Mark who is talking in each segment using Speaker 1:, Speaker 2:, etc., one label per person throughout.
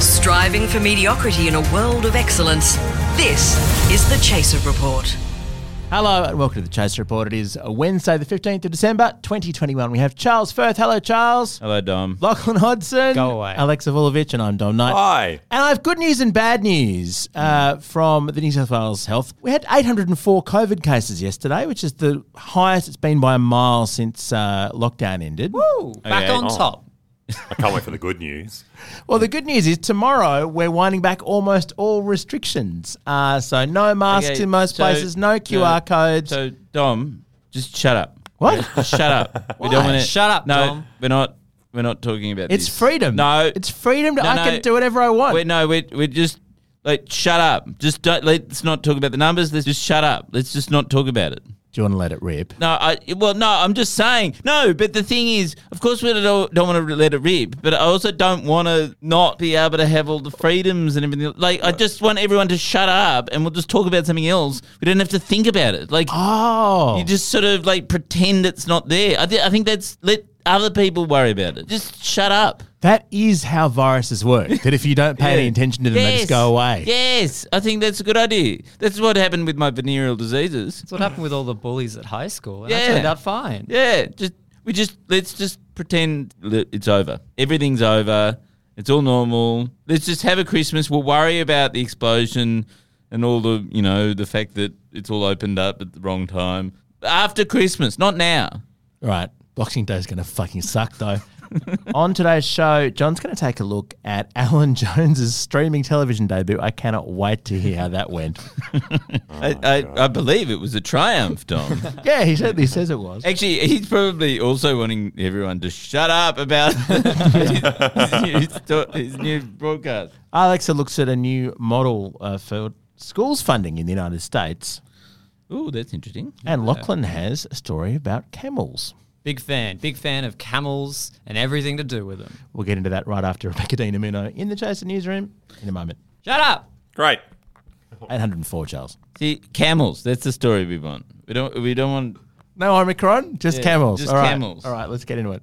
Speaker 1: striving for mediocrity in a world of excellence. This is the Chaser Report.
Speaker 2: Hello and welcome to the Chase Report. It is Wednesday, the 15th of December, 2021. We have Charles Firth. Hello, Charles.
Speaker 3: Hello, Dom.
Speaker 2: Lachlan Hodson.
Speaker 4: Go away. Oh.
Speaker 2: Alexa Volovich, and I'm Dom Knight.
Speaker 5: Hi.
Speaker 2: And I have good news and bad news uh, from the New South Wales Health. We had 804 COVID cases yesterday, which is the highest it's been by a mile since uh, lockdown ended.
Speaker 4: Back
Speaker 3: Okay.
Speaker 4: on
Speaker 5: Oh.
Speaker 4: top.
Speaker 5: I can't wait for the good news.
Speaker 2: Well, the good news is tomorrow we're winding back almost all restrictions. Uh, so no masks
Speaker 3: Okay,
Speaker 2: in most
Speaker 3: so-
Speaker 2: places, no QR codes.
Speaker 3: So, Dom, just shut up.
Speaker 2: What?
Speaker 3: Just shut up. We don't
Speaker 2: Why?
Speaker 3: want to.
Speaker 4: Shut up,
Speaker 3: no,
Speaker 4: Dom.
Speaker 3: we're not. We're not talking about
Speaker 2: it's
Speaker 3: this.
Speaker 2: freedom.
Speaker 3: No,
Speaker 2: it's freedom. To,
Speaker 3: No,
Speaker 2: I
Speaker 3: no.
Speaker 2: can do whatever I want.
Speaker 3: Wait, no, we we just like shut up. Just don't, let's not talk about the numbers. Let's just shut up. Let's just not talk about it.
Speaker 2: Do you want to let it rip?
Speaker 3: No, I well, no, I'm just saying no. But the thing is, of course, we don't, don't want to let it rip, but I also don't want to not be able to have all the freedoms and everything. Like, I just want everyone to shut up, and we'll just talk about something else. We don't have to think about it. Like,
Speaker 2: Oh,
Speaker 3: you just sort of like pretend it's not there. I, th- I think that's let other people worry about it. Just shut up.
Speaker 2: that is how viruses work. that if you don't pay any
Speaker 3: Yeah.
Speaker 2: attention to them, they just go away.
Speaker 3: Yes, I think that's a good idea. That's what happened with my venereal diseases.
Speaker 4: That's what happened with all the bullies at high school. And
Speaker 3: Yeah.
Speaker 4: I turned out fine.
Speaker 3: Yeah, just we just let's just pretend that it's over. Everything's over. It's all normal. Let's just have a Christmas. We'll worry about the explosion and all the you know the fact that it's all opened up at the wrong time after Christmas, not now.
Speaker 2: Right. Boxing Day's going to fucking suck, though. On today's show, John's going to take a look at Alan Jones's streaming television debut. I cannot wait to hear how that went. Oh
Speaker 3: I, I, I believe it was a triumph, Dom.
Speaker 2: yeah, he certainly says it was.
Speaker 3: Actually, he's probably also wanting everyone to shut up about his, new, sto- his new broadcast.
Speaker 2: Alexa looks at a new model uh, for schools funding in the United States.
Speaker 3: Ooh, that's interesting.
Speaker 2: And Lachlan has a story about camels.
Speaker 4: Big fan. Big fan of camels and everything to do with them.
Speaker 2: We'll get into that right after Rebecca Dinamuno in the Chaser newsroom in a moment.
Speaker 4: Shut up.
Speaker 5: Great.
Speaker 2: 804, Charles.
Speaker 3: See, camels. That's the story we want. We don't. We don't want.
Speaker 2: No Omicron, just
Speaker 3: Yeah,
Speaker 2: camels.
Speaker 3: just
Speaker 2: All right.
Speaker 3: camels.
Speaker 2: All right, let's get into it.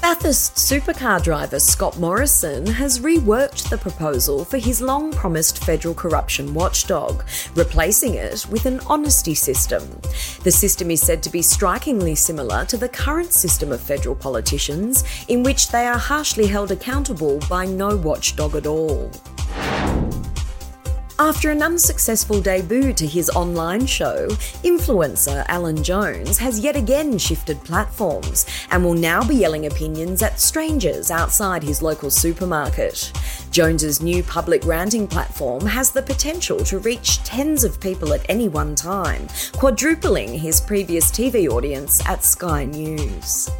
Speaker 6: Bathurst supercar driver Scott Morrison has reworked the proposal for his long promised federal corruption watchdog, replacing it with an honesty system. The system is said to be strikingly similar to the current system of federal politicians, in which they are harshly held accountable by no watchdog at all. After an unsuccessful debut to his online show, influencer Alan Jones has yet again shifted platforms and will now be yelling opinions at strangers outside his local supermarket. Jones's new public ranting platform has the potential to reach tens of people at any one time, quadrupling his previous TV audience at Sky News.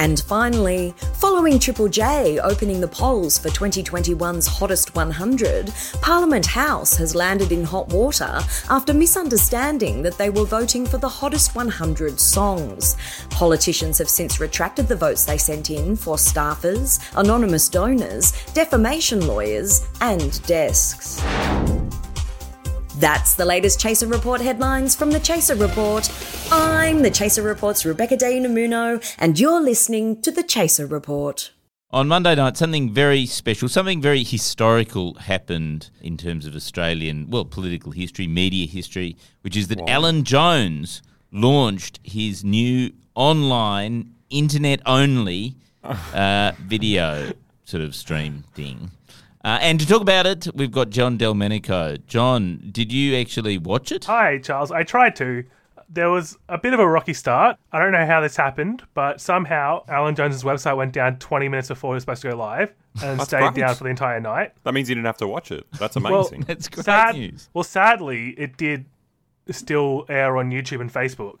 Speaker 6: And finally, following Triple J opening the polls for 2021's Hottest 100, Parliament House has landed in hot water after misunderstanding that they were voting for the Hottest 100 songs. Politicians have since retracted the votes they sent in for staffers, anonymous donors, defamation lawyers, and desks. That's the latest Chaser Report headlines from the Chaser Report. I'm the Chaser Report's Rebecca De Namuno, and you're listening to the Chaser Report.
Speaker 3: On Monday night, something very special, something very historical happened in terms of Australian, well, political history, media history, which is that Alan Jones launched his new online, internet only uh, video sort of stream thing. Uh, and to talk about it, we've got John Delmenico. John, did you actually watch it?
Speaker 7: Hi, Charles. I tried to. There was a bit of a rocky start. I don't know how this happened, but somehow Alan Jones's website went down 20 minutes before it was supposed to go live and stayed
Speaker 5: great.
Speaker 7: down for the entire night.
Speaker 5: That means you didn't have to watch it. That's amazing.
Speaker 3: That's great news.
Speaker 7: Well, sadly, it did still air on YouTube and Facebook.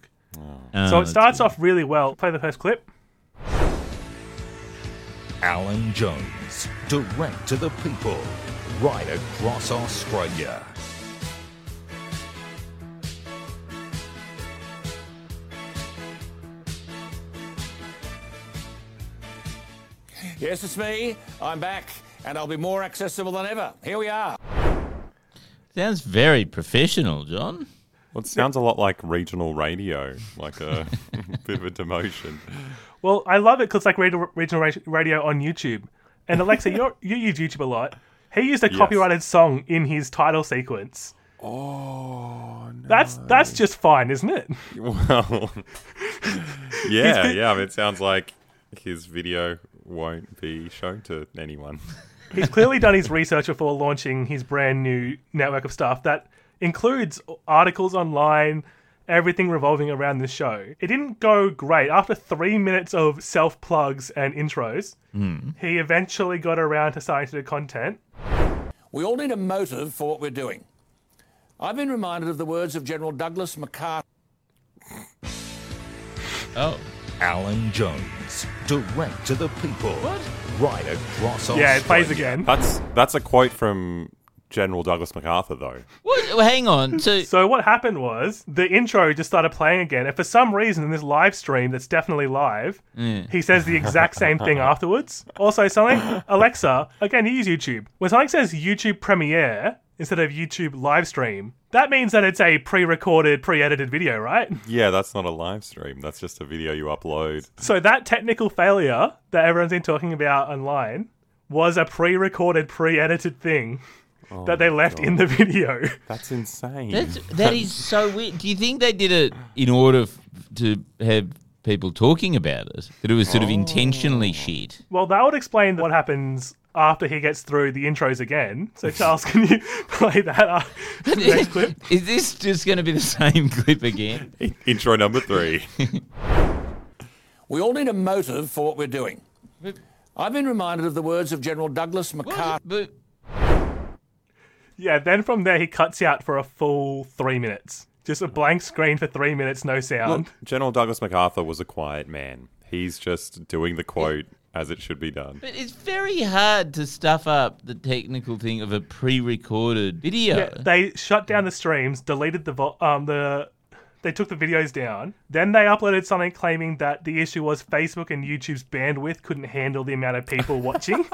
Speaker 3: Uh,
Speaker 7: So it starts off really well. Play the first clip.
Speaker 8: Alan Jones, direct to the people, right across Australia.
Speaker 9: Yes, it's me. I'm back, and I'll be more accessible than ever. Here we are.
Speaker 3: sounds very professional, John.
Speaker 5: Well, it sounds a lot like regional radio, like a bit of a demotion.
Speaker 7: Well, I love it because like radio, regional ra- radio on YouTube. And Alexa, you're, you use YouTube a lot. He used a copyrighted song in his title sequence. Oh, no. that's that's just fine, isn't it?
Speaker 5: Well, yeah, yeah. I mean, it sounds like his video won't be shown to anyone.
Speaker 7: He's clearly done his research before launching his brand new network of stuff that includes articles online, everything revolving around this show. It didn't go great. After three minutes of self plugs and intros, he eventually got around to starting to do content.
Speaker 9: We all need a motive for what we're doing. I've been reminded of the words of General Douglas MacArthur.
Speaker 3: Oh,
Speaker 8: Alan Jones, direct to the people, right across Australia.
Speaker 7: Yeah, it plays again.
Speaker 5: That's that's a quote from General Douglas MacArthur, though.
Speaker 3: what? well, hang on. So,
Speaker 7: So what happened was the intro just started playing again, and for some reason in this live stream that's definitely live, he says the exact same thing afterwards. Also, something Alexa again, you use YouTube. When something says YouTube Premiere instead of YouTube live stream, that means that it's a pre-recorded, pre-edited video, right?
Speaker 5: Yeah, that's not a live stream. That's just a video you upload.
Speaker 7: So that technical failure that everyone's been talking about online was a pre-recorded, pre-edited thing that they left in the video.
Speaker 5: That's insane.
Speaker 3: that's, that is so weird. Do you think they did it in order f- to have people talking about it? That it was
Speaker 7: Oh.
Speaker 3: sort of intentionally shit?
Speaker 7: Well, that would explain what happens after he gets through the intros again. So, Charles, can you play that uh, next clip?
Speaker 3: Is this just going to be the same clip again?
Speaker 5: Intro number three.
Speaker 9: We all need a motive for what we're doing. I've been reminded of the words of General Douglas MacArthur.
Speaker 3: But
Speaker 7: Yeah, then from there, he cuts out for a full three minutes. Just a blank screen for three minutes, no sound.
Speaker 5: Look, General Douglas MacArthur was a quiet man. He's just doing the quote as it should be done.
Speaker 3: but it's very hard to stuff up the technical thing of a pre-recorded video.
Speaker 7: Yeah, they shut down the streams, deleted the vo- um the they took the videos down. Then they uploaded something claiming that the issue was Facebook and YouTube's bandwidth couldn't handle the amount of people watching.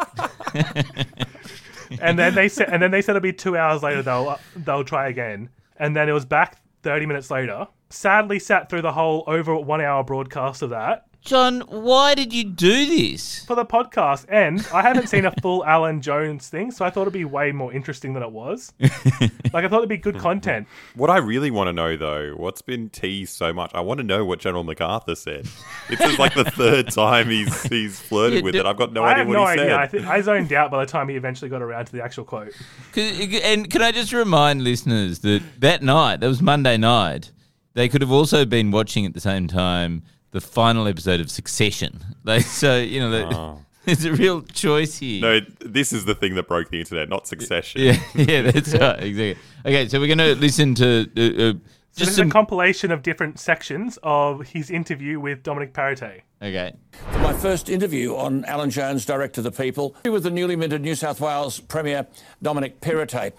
Speaker 7: and then they said, and then they said it'll be two hours later they'll they'll try again. And then it was back thirty minutes later. Sadly, sat through the whole over one hour broadcast of that
Speaker 3: John, why did you do this?
Speaker 7: for the podcast. And I haven't seen a full Alan Jones thing, so I thought it'd be way more interesting than it was. like I thought it'd be good content.
Speaker 5: What I really want to know, though, what's been teased so much? I want to know what General MacArthur said. This is like the third time he's he's flirted with it. I've got no
Speaker 7: I
Speaker 5: idea
Speaker 7: have
Speaker 5: what
Speaker 7: no
Speaker 5: he
Speaker 7: idea. I,
Speaker 5: said.
Speaker 7: th- I zoned out by the time he eventually got around to the actual quote.
Speaker 3: 'Cause- And can I just remind listeners that that night, that was Monday night, they could have also been watching at the same time the final episode of Succession. They, so, you know, that there's a real choice here.
Speaker 5: No, this is the thing that broke the internet, not Succession.
Speaker 3: Yeah, yeah, that's right. Exactly. Okay, so we're going to listen to uh, uh,
Speaker 7: So this
Speaker 3: just
Speaker 7: is a
Speaker 3: some.
Speaker 7: compilation of different sections of his interview with Dominic Parate.
Speaker 3: okay.
Speaker 9: My first interview on Alan Jones, Direct to the People, with the newly minted New South Wales Premier Dominic Perrottet.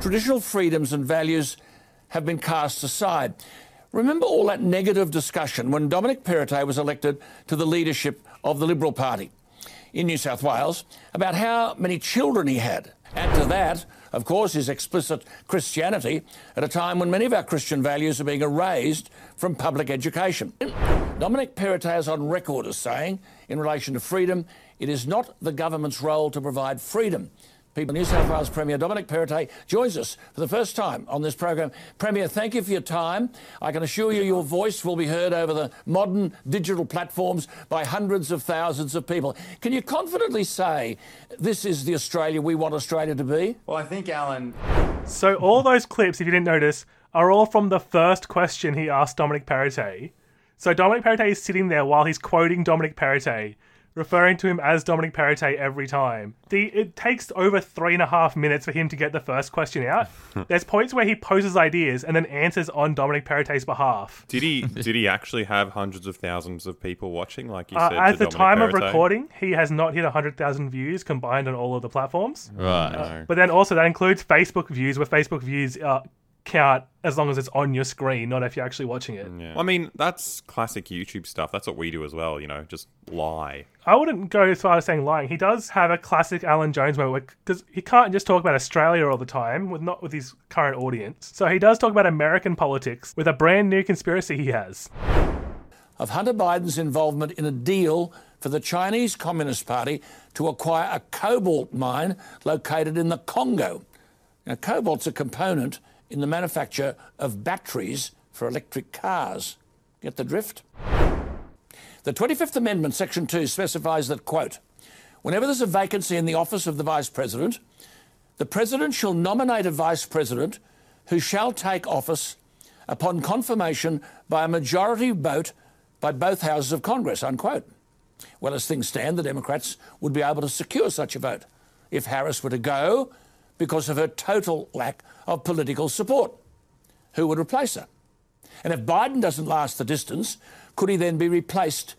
Speaker 9: Traditional freedoms and values have been cast aside. Remember all that negative discussion when Dominic Perrottet was elected to the leadership of the Liberal Party in New South Wales about how many children he had. Add to that, of course, his explicit Christianity at a time when many of our Christian values are being erased from public education. Dominic Perrottet is on record as saying, in relation to freedom, it is not the government's role to provide freedom. People, New South Wales Premier Dominic Perrottet joins us for the first time on this program. Premier, thank you for your time. I can assure you your voice will be heard over the modern digital platforms by hundreds of thousands of people. Can you confidently say this is the Australia we want Australia to be?
Speaker 10: Well, I think, Alan,
Speaker 7: So all those clips, if you didn't notice, are all from the first question he asked Dominic Parate. So Dominic Parate is sitting there while he's quoting Dominic Parate referring to him as Dominic Perrottet every time. The it takes over three and a half minutes for him to get the first question out. There's points where he poses ideas and then answers on Dominic Perrottet's behalf.
Speaker 5: Did he did he actually have hundreds of thousands of people watching? Like you
Speaker 7: Uh,
Speaker 5: said,
Speaker 7: at
Speaker 5: to
Speaker 7: the
Speaker 5: Dominic
Speaker 7: time of
Speaker 5: Perrottet?
Speaker 7: recording, he has not hit 100,000 views combined on all of the platforms.
Speaker 3: Right.
Speaker 7: Uh, but then also that includes Facebook views, where Facebook views uh, count as long as it's on your screen, not if you're actually watching it.
Speaker 5: I mean, that's classic YouTube stuff. That's what we do as well. You know, just lie.
Speaker 7: I wouldn't go as far as saying lying. He does have a classic Alan Jones moment because he can't just talk about Australia all the time with not with his current audience. So he does talk about American politics with a brand new conspiracy he has.
Speaker 9: of Hunter Biden's involvement in a deal for the Chinese Communist Party to acquire a cobalt mine located in the Congo. Now, cobalt's a component in the manufacture of batteries for electric cars. Get the drift? The 25th Amendment, Section 2, specifies that, quote, whenever there's a vacancy in the office of the Vice President, the President shall nominate a Vice President who shall take office upon confirmation by a majority vote by both houses of Congress, unquote. Well, as things stand, the Democrats would be able to secure such a vote if Harris were to go because of her total lack of political support. Who would replace her? And if Biden doesn't last the distance, could he then be replaced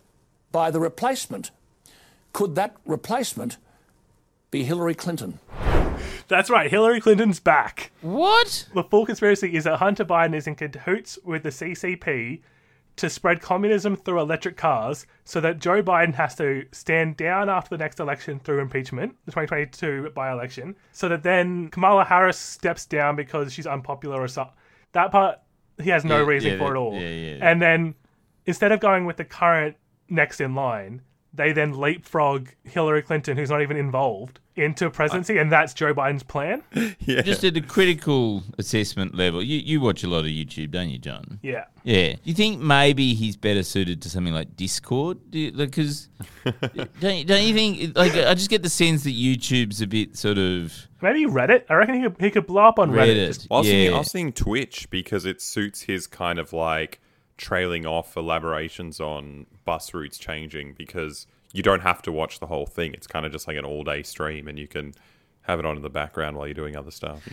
Speaker 9: by the replacement? Could that replacement be Hillary Clinton?
Speaker 7: That's right, Hillary Clinton's back.
Speaker 3: What?
Speaker 7: The full conspiracy is that Hunter Biden is in cahoots with the CCP to spread communism through electric cars so that Joe Biden has to stand down after the next election through impeachment, the 2022 by election, so that then Kamala Harris steps down because she's unpopular or something. That part, he has no
Speaker 3: Yeah,
Speaker 7: reason
Speaker 3: yeah,
Speaker 7: for
Speaker 3: that-
Speaker 7: at all.
Speaker 3: yeah, yeah.
Speaker 7: And then instead of going with the current next in line, they then leapfrog Hillary Clinton, who's not even involved, into presidency, and that's Joe Biden's plan.
Speaker 5: Yeah.
Speaker 3: Just at a critical assessment level, you, you watch a lot of YouTube, don't you, John?
Speaker 7: Yeah.
Speaker 3: Yeah. Do you think maybe he's better suited to something like Discord? Because don't, you- don't you think, like, I just get the sense that YouTube's a bit sort of.
Speaker 7: Maybe Reddit. I reckon he could, he could blow up on Reddit.
Speaker 3: Reddit.
Speaker 7: Just-
Speaker 5: I was, thinking, I
Speaker 3: Yeah.
Speaker 5: was thinking Twitch because it suits his kind of like trailing off elaborations on bus routes changing because you don't have to watch the whole thing. It's kind of just like an all day stream and you can have it on in the background while you're doing other stuff.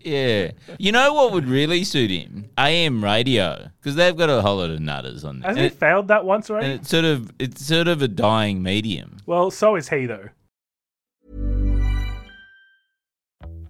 Speaker 3: Yeah. You know what would really suit him? AM radio. Because they've got a whole lot of nutters on there.
Speaker 7: Hasn't
Speaker 3: And
Speaker 7: he
Speaker 3: it-
Speaker 7: failed that once
Speaker 3: and
Speaker 7: already?
Speaker 3: it's sort of it's sort of a dying medium.
Speaker 7: Well, so is he, though.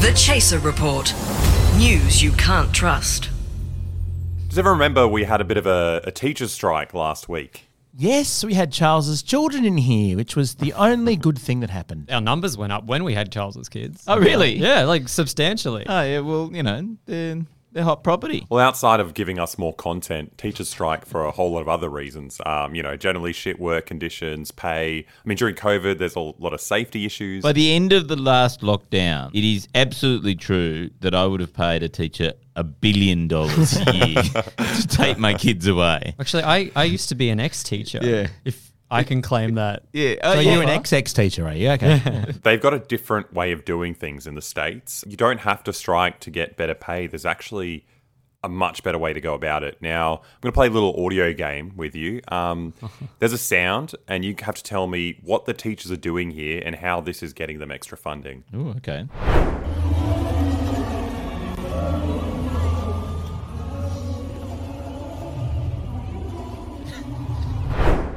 Speaker 1: The Chaser Report. News you can't trust.
Speaker 5: Does everyone remember we had a bit of a, a teacher's strike last week?
Speaker 2: Yes, we had Charles's children in here, which was the only good thing that happened.
Speaker 4: Our numbers went up when we had Charles's kids.
Speaker 2: Oh, really?
Speaker 4: Yeah, like substantially.
Speaker 3: Oh yeah, well, you know, they're, they're hot property.
Speaker 5: Well, outside of giving us more content, teachers strike for a whole lot of other reasons. Um, you know, generally shit work conditions, pay. I mean, during COVID, there's a lot of safety issues.
Speaker 3: By the end of the last lockdown, it is absolutely true that I would have paid a teacher a billion dollars a year to take my kids away.
Speaker 4: Actually, I, I used to be an ex teacher.
Speaker 3: Yeah.
Speaker 4: If I can claim that.
Speaker 3: Oh, Yeah.
Speaker 4: So you're an ex.
Speaker 2: XX teacher, are you? Okay.
Speaker 5: They've got a different way of doing things in the States. You don't have to strike to get better pay. There's actually a much better way to go about it. Now, I'm going to play a little audio game with you. Um, there's a sound, and you have to tell me what the teachers are doing here and how this is getting them extra funding.
Speaker 3: Oh, okay.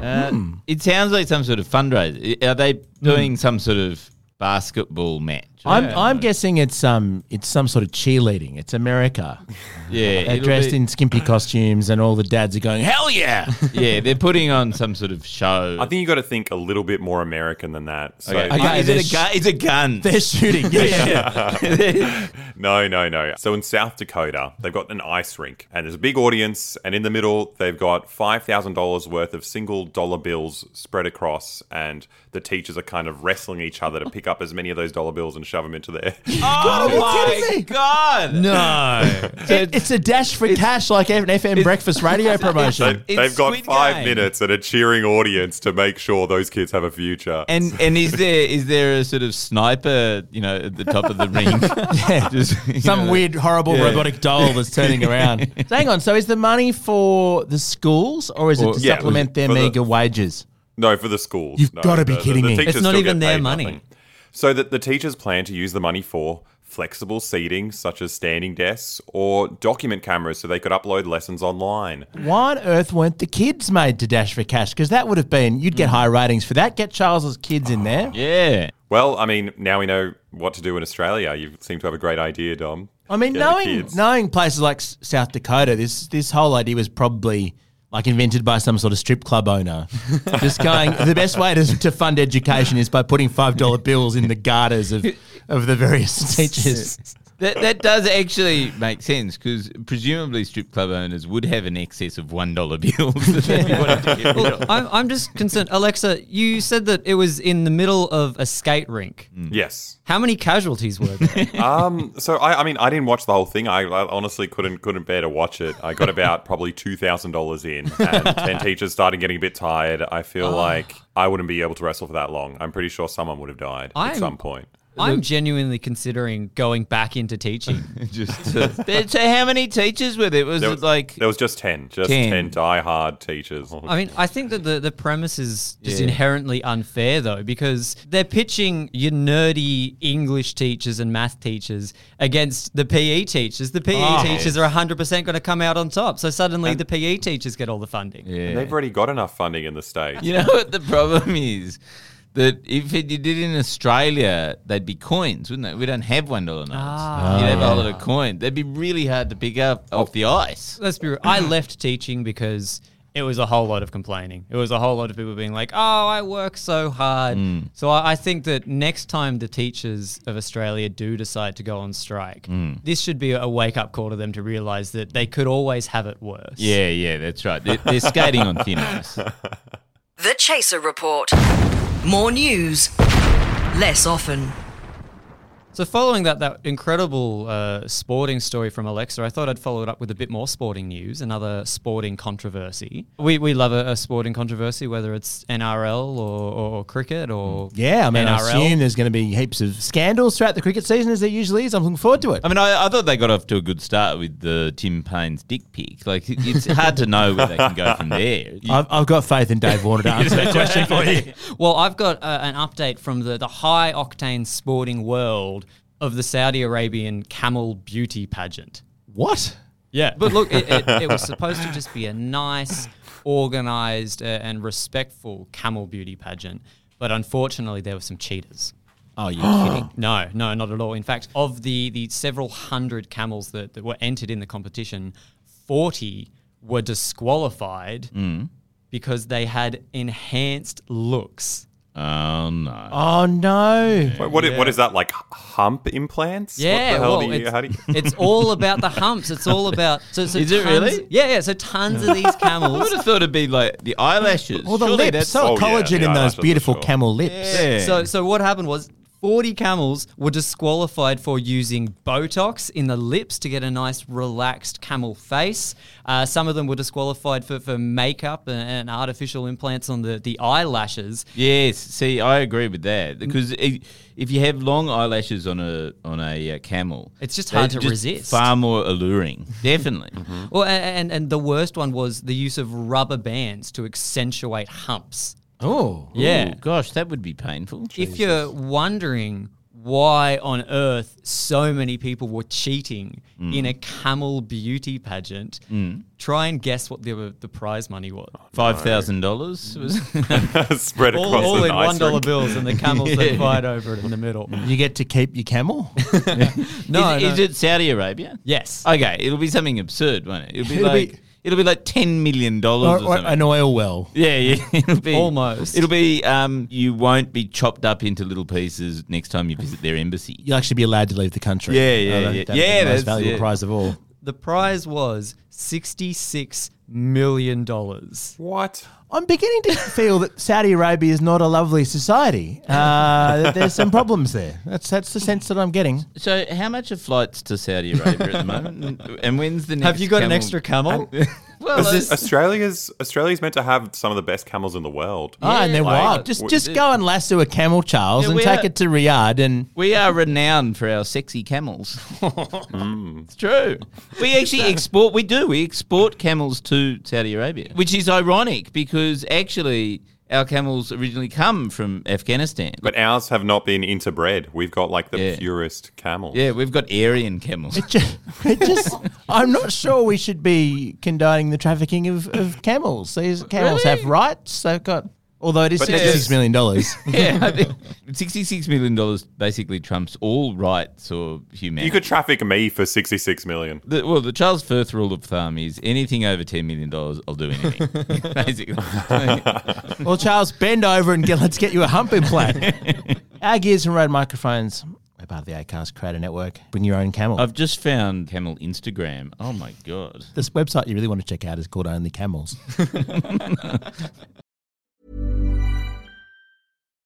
Speaker 3: Uh, It sounds like some sort of fundraiser. I- Are they doing some sort of basketball match?
Speaker 2: I'm I'm guessing it's um it's some sort of cheerleading. It's America.
Speaker 3: Yeah,
Speaker 2: They're
Speaker 3: it'll
Speaker 2: dressed
Speaker 3: be-
Speaker 2: in skimpy costumes, and all the dads are going hell yeah.
Speaker 3: yeah, they're putting on some sort of show.
Speaker 5: I think you got to think a little bit more American than that. So
Speaker 3: Okay. Okay, Is it they're a sh- gun- it's a gun. they're shooting, yeah, yeah.
Speaker 5: no, no, no. So in South Dakota, they've got an ice rink, and there's a big audience, and in the middle, they've got five thousand dollars worth of single dollar bills spread across, and the teachers are kind of wrestling each other to pick up as many of those dollar bills and shove them into their.
Speaker 3: Oh my god!
Speaker 2: No, It- it's a dash for cash like an FM breakfast radio promotion.
Speaker 5: They, have got five minutes and a cheering audience to make sure those kids have a future.
Speaker 3: And and is there is there a sort of sniper, you know, at the top of the ring? yeah,
Speaker 2: Some weird, horrible robotic doll that's turning around. so hang on. So is the money for the schools, or is it
Speaker 5: Or-
Speaker 2: to
Speaker 5: yeah,
Speaker 2: supplement their
Speaker 5: for the-
Speaker 2: meagre wages?
Speaker 5: No, for the schools.
Speaker 2: You've
Speaker 5: No,
Speaker 2: gotta be
Speaker 5: the- the-
Speaker 2: kidding
Speaker 5: the
Speaker 2: me.
Speaker 5: teachers
Speaker 2: It's not
Speaker 5: still
Speaker 2: even
Speaker 5: get
Speaker 2: their
Speaker 5: paid
Speaker 2: money.
Speaker 5: nothing. So that the teachers plan to use the money for flexible seating, such as standing desks, or document cameras so they could upload lessons online.
Speaker 2: Why on earth weren't the kids made to dash for cash? Because that would have been you'd
Speaker 5: Mm.
Speaker 2: get high ratings for that. Get Charles's kids in there.
Speaker 3: Yeah.
Speaker 5: Well, I mean, now we know what to do in Australia. You seem to have a great idea, Dom.
Speaker 2: I mean,
Speaker 5: Get the
Speaker 2: knowing
Speaker 5: kids.
Speaker 2: knowing places like S- South Dakota, this this whole idea was probably like invented by some sort of strip club owner, just going. The best way to, to fund education is by putting five dollar bills in the garters of of the various teachers.
Speaker 3: That, that does actually make sense because presumably strip club owners would have an excess of one dollar bills. that they wanted to get rid
Speaker 4: Well,
Speaker 3: of.
Speaker 4: I'm, I'm just concerned. Alexa, you said that it was in the middle of a skate rink.
Speaker 5: Yes.
Speaker 4: How many casualties were there?
Speaker 5: um. So I, I mean, I didn't watch the whole thing. I, I honestly couldn't couldn't bear to watch it. I got about probably two thousand dollars in, and ten teachers started getting a bit tired. I feel
Speaker 4: Oh.
Speaker 5: like I wouldn't be able to wrestle for that long. I'm pretty sure someone would have died
Speaker 4: I'm-
Speaker 5: at some point.
Speaker 4: I'm genuinely considering going back into teaching.
Speaker 3: just to- so how many teachers were there? Was
Speaker 5: There
Speaker 3: it like
Speaker 5: There was just ten, just
Speaker 3: 10.
Speaker 5: ten, die-hard teachers.
Speaker 4: I mean, I think that the, the premise is just
Speaker 5: Yeah.
Speaker 4: inherently unfair, though, because they're pitching your nerdy English teachers and math teachers against the PE
Speaker 2: E
Speaker 4: teachers. The PE
Speaker 5: Oh.
Speaker 4: teachers are 100% going to come out on top. So suddenly the PE teachers get all the funding.
Speaker 5: And they've already got enough funding in the state.
Speaker 3: You know what the problem is? That if it, you did it in Australia, they'd be coins, wouldn't they? We don't have one dollar notes.
Speaker 4: Ah.
Speaker 3: You'd have
Speaker 4: Ah.
Speaker 3: a lot of coin. That'd be really hard to pick up off the
Speaker 2: Oh.
Speaker 3: ice.
Speaker 4: Let's be real. I left teaching because it was a whole lot of complaining. It was a whole lot of people being like, oh, I work so hard.
Speaker 3: Mm.
Speaker 4: So I, I think that next time the teachers of Australia do decide to go on strike,
Speaker 2: Hmm.
Speaker 3: Mm.
Speaker 4: this should be a wake up call to them to realize that they could always have it worse.
Speaker 3: Yeah, yeah, that's right. They're, they're skating on thin ice.
Speaker 1: The Chaser Report. More news, less often.
Speaker 4: So following that that incredible uh, sporting story from Alexa, I thought I'd follow it up with a bit more sporting news, another sporting controversy. We, we love a, a sporting controversy, whether it's NRL or, or, or cricket or
Speaker 2: Yeah, I mean, I
Speaker 4: NRL.
Speaker 2: assume there's going to be heaps of scandals throughout the cricket season, as there usually is. I'm looking forward to it.
Speaker 3: I mean, I, I thought they got off to a good start with the Tim Payne's dick pic. Like, it- it's hard to know where they can go from there. You-
Speaker 2: I've, I've got faith in Dave Warner to answer that question for you.
Speaker 4: Well, I've got uh, an update from the, the high octane sporting world of the Saudi Arabian camel beauty pageant.
Speaker 2: What?
Speaker 4: Yeah. But look, it, it, it was supposed to just be a nice, organized, uh, and respectful camel beauty pageant. But unfortunately, there were some cheaters.
Speaker 2: Oh, you're kidding.
Speaker 4: No, no, not at all. In fact, of the, the several hundred camels that, that were entered in the competition, 40 were disqualified
Speaker 2: Hmm.
Speaker 3: Mm.
Speaker 4: because they had enhanced looks.
Speaker 3: Oh, no.
Speaker 2: Oh no!
Speaker 5: Wait, what, i-
Speaker 4: Yeah.
Speaker 5: what is that like? h- Hump implants?
Speaker 4: Yeah,
Speaker 5: What the hell
Speaker 4: well,
Speaker 5: do you,
Speaker 4: it's,
Speaker 5: how do you-
Speaker 4: it's all about the humps. It's all about. So, so
Speaker 3: Is it
Speaker 4: tons-
Speaker 3: really?
Speaker 4: Yeah, yeah. So tons of these
Speaker 3: I
Speaker 4: camels.
Speaker 3: would have thought it'd be like the eyelashes.
Speaker 2: Well, the
Speaker 3: Surely
Speaker 2: lips,
Speaker 3: that's-
Speaker 2: so collagen in those beautiful camel lips.
Speaker 3: Yeah.
Speaker 4: So, so what happened was 40 camels were disqualified for using Botox in the lips to get a nice relaxed camel face. Uh, some of them were disqualified for, for makeup and, and artificial implants on the, the eyelashes.
Speaker 3: Yes, see, I agree with that because i if you have long eyelashes on a on a uh, camel,
Speaker 4: It's just
Speaker 3: they're
Speaker 4: hard to resist. Mm-hmm.
Speaker 3: Far more alluring, definitely.
Speaker 4: Well, a- and, and the worst one was the use of rubber bands to accentuate humps.
Speaker 2: Oh,
Speaker 4: Yeah.
Speaker 3: Ooh, gosh, that would be painful.
Speaker 4: If you're wondering why on earth so many people were cheating
Speaker 3: Mm.
Speaker 4: in a camel beauty pageant.
Speaker 3: Mm.
Speaker 4: Try and guess what the the prize money was.
Speaker 3: Five thousand dollars was
Speaker 5: spread
Speaker 4: All- across all the in ice $1 rink. bills and the camels that fight over it in the middle.
Speaker 2: You get to keep your camel? Uh,
Speaker 3: No,
Speaker 2: No,
Speaker 3: is,
Speaker 2: no.
Speaker 3: is it Saudi Arabia?
Speaker 4: Yes.
Speaker 3: Okay, it'll be something absurd, won't it? It'll be
Speaker 2: It'll be-
Speaker 3: like it'll be like ten million
Speaker 2: or,
Speaker 3: dollars or,
Speaker 2: or
Speaker 3: something.
Speaker 2: an oil well.
Speaker 3: Yeah, yeah. It'll be
Speaker 4: Oh, Almost.
Speaker 3: It'll be um, you won't be chopped up into little pieces next time you visit their embassy.
Speaker 2: You'll actually be allowed to leave the country.
Speaker 3: Yeah, yeah, yeah.
Speaker 2: that'd be
Speaker 3: Yeah,
Speaker 2: the
Speaker 3: that's-
Speaker 2: most valuable
Speaker 3: yeah.
Speaker 2: prize of all.
Speaker 4: The prize was sixty-six million dollars.
Speaker 5: What?
Speaker 2: I'm beginning to feel that Saudi Arabia is not a lovely society. Uh, that there's some problems there. That's that's the sense that I'm getting.
Speaker 3: So, how much are flights to Saudi Arabia at the moment? And- And when's the next?
Speaker 4: Have you got an extra camel?
Speaker 3: well,
Speaker 5: Aus-
Speaker 3: this-
Speaker 5: Australia's Australia's meant to have some of the best camels in the world.
Speaker 4: Oh.
Speaker 2: Ah, and they're wild. Just just go and lasso a camel, Charles,
Speaker 3: Yeah,
Speaker 2: and
Speaker 3: we
Speaker 2: take
Speaker 3: are-
Speaker 2: it to Riyadh. And
Speaker 3: We are renowned for our sexy camels.
Speaker 5: Mm.
Speaker 3: It's true. We actually export, we do, we export camels to Saudi Arabia, which is ironic because actually our camels originally come from Afghanistan.
Speaker 5: But ours have not been interbred. We've got like the
Speaker 3: Yeah.
Speaker 5: purest camels.
Speaker 3: Yeah, we've got Aryan camels.
Speaker 2: it just, I'm not sure we should be condoning the trafficking of, of camels. These camels
Speaker 3: Really?
Speaker 2: have rights. They've got, although it is
Speaker 3: But
Speaker 2: sixty-six
Speaker 3: there's-
Speaker 2: million dollars.
Speaker 3: yeah, I think $66 million basically trumps all rights or humanity.
Speaker 5: You could traffic me for sixty six million.
Speaker 3: The, well, the Charles Firth rule of thumb is anything over $10 million, I'll do anything. basically.
Speaker 2: well, Charles, bend over and get, let's get you a hump implant. Our gears and road microphones. We're part of the Acast Creator Network. Bring your own camel.
Speaker 3: I've just found camel Instagram. Oh my God.
Speaker 2: this website you really want to check out is called Only Camels.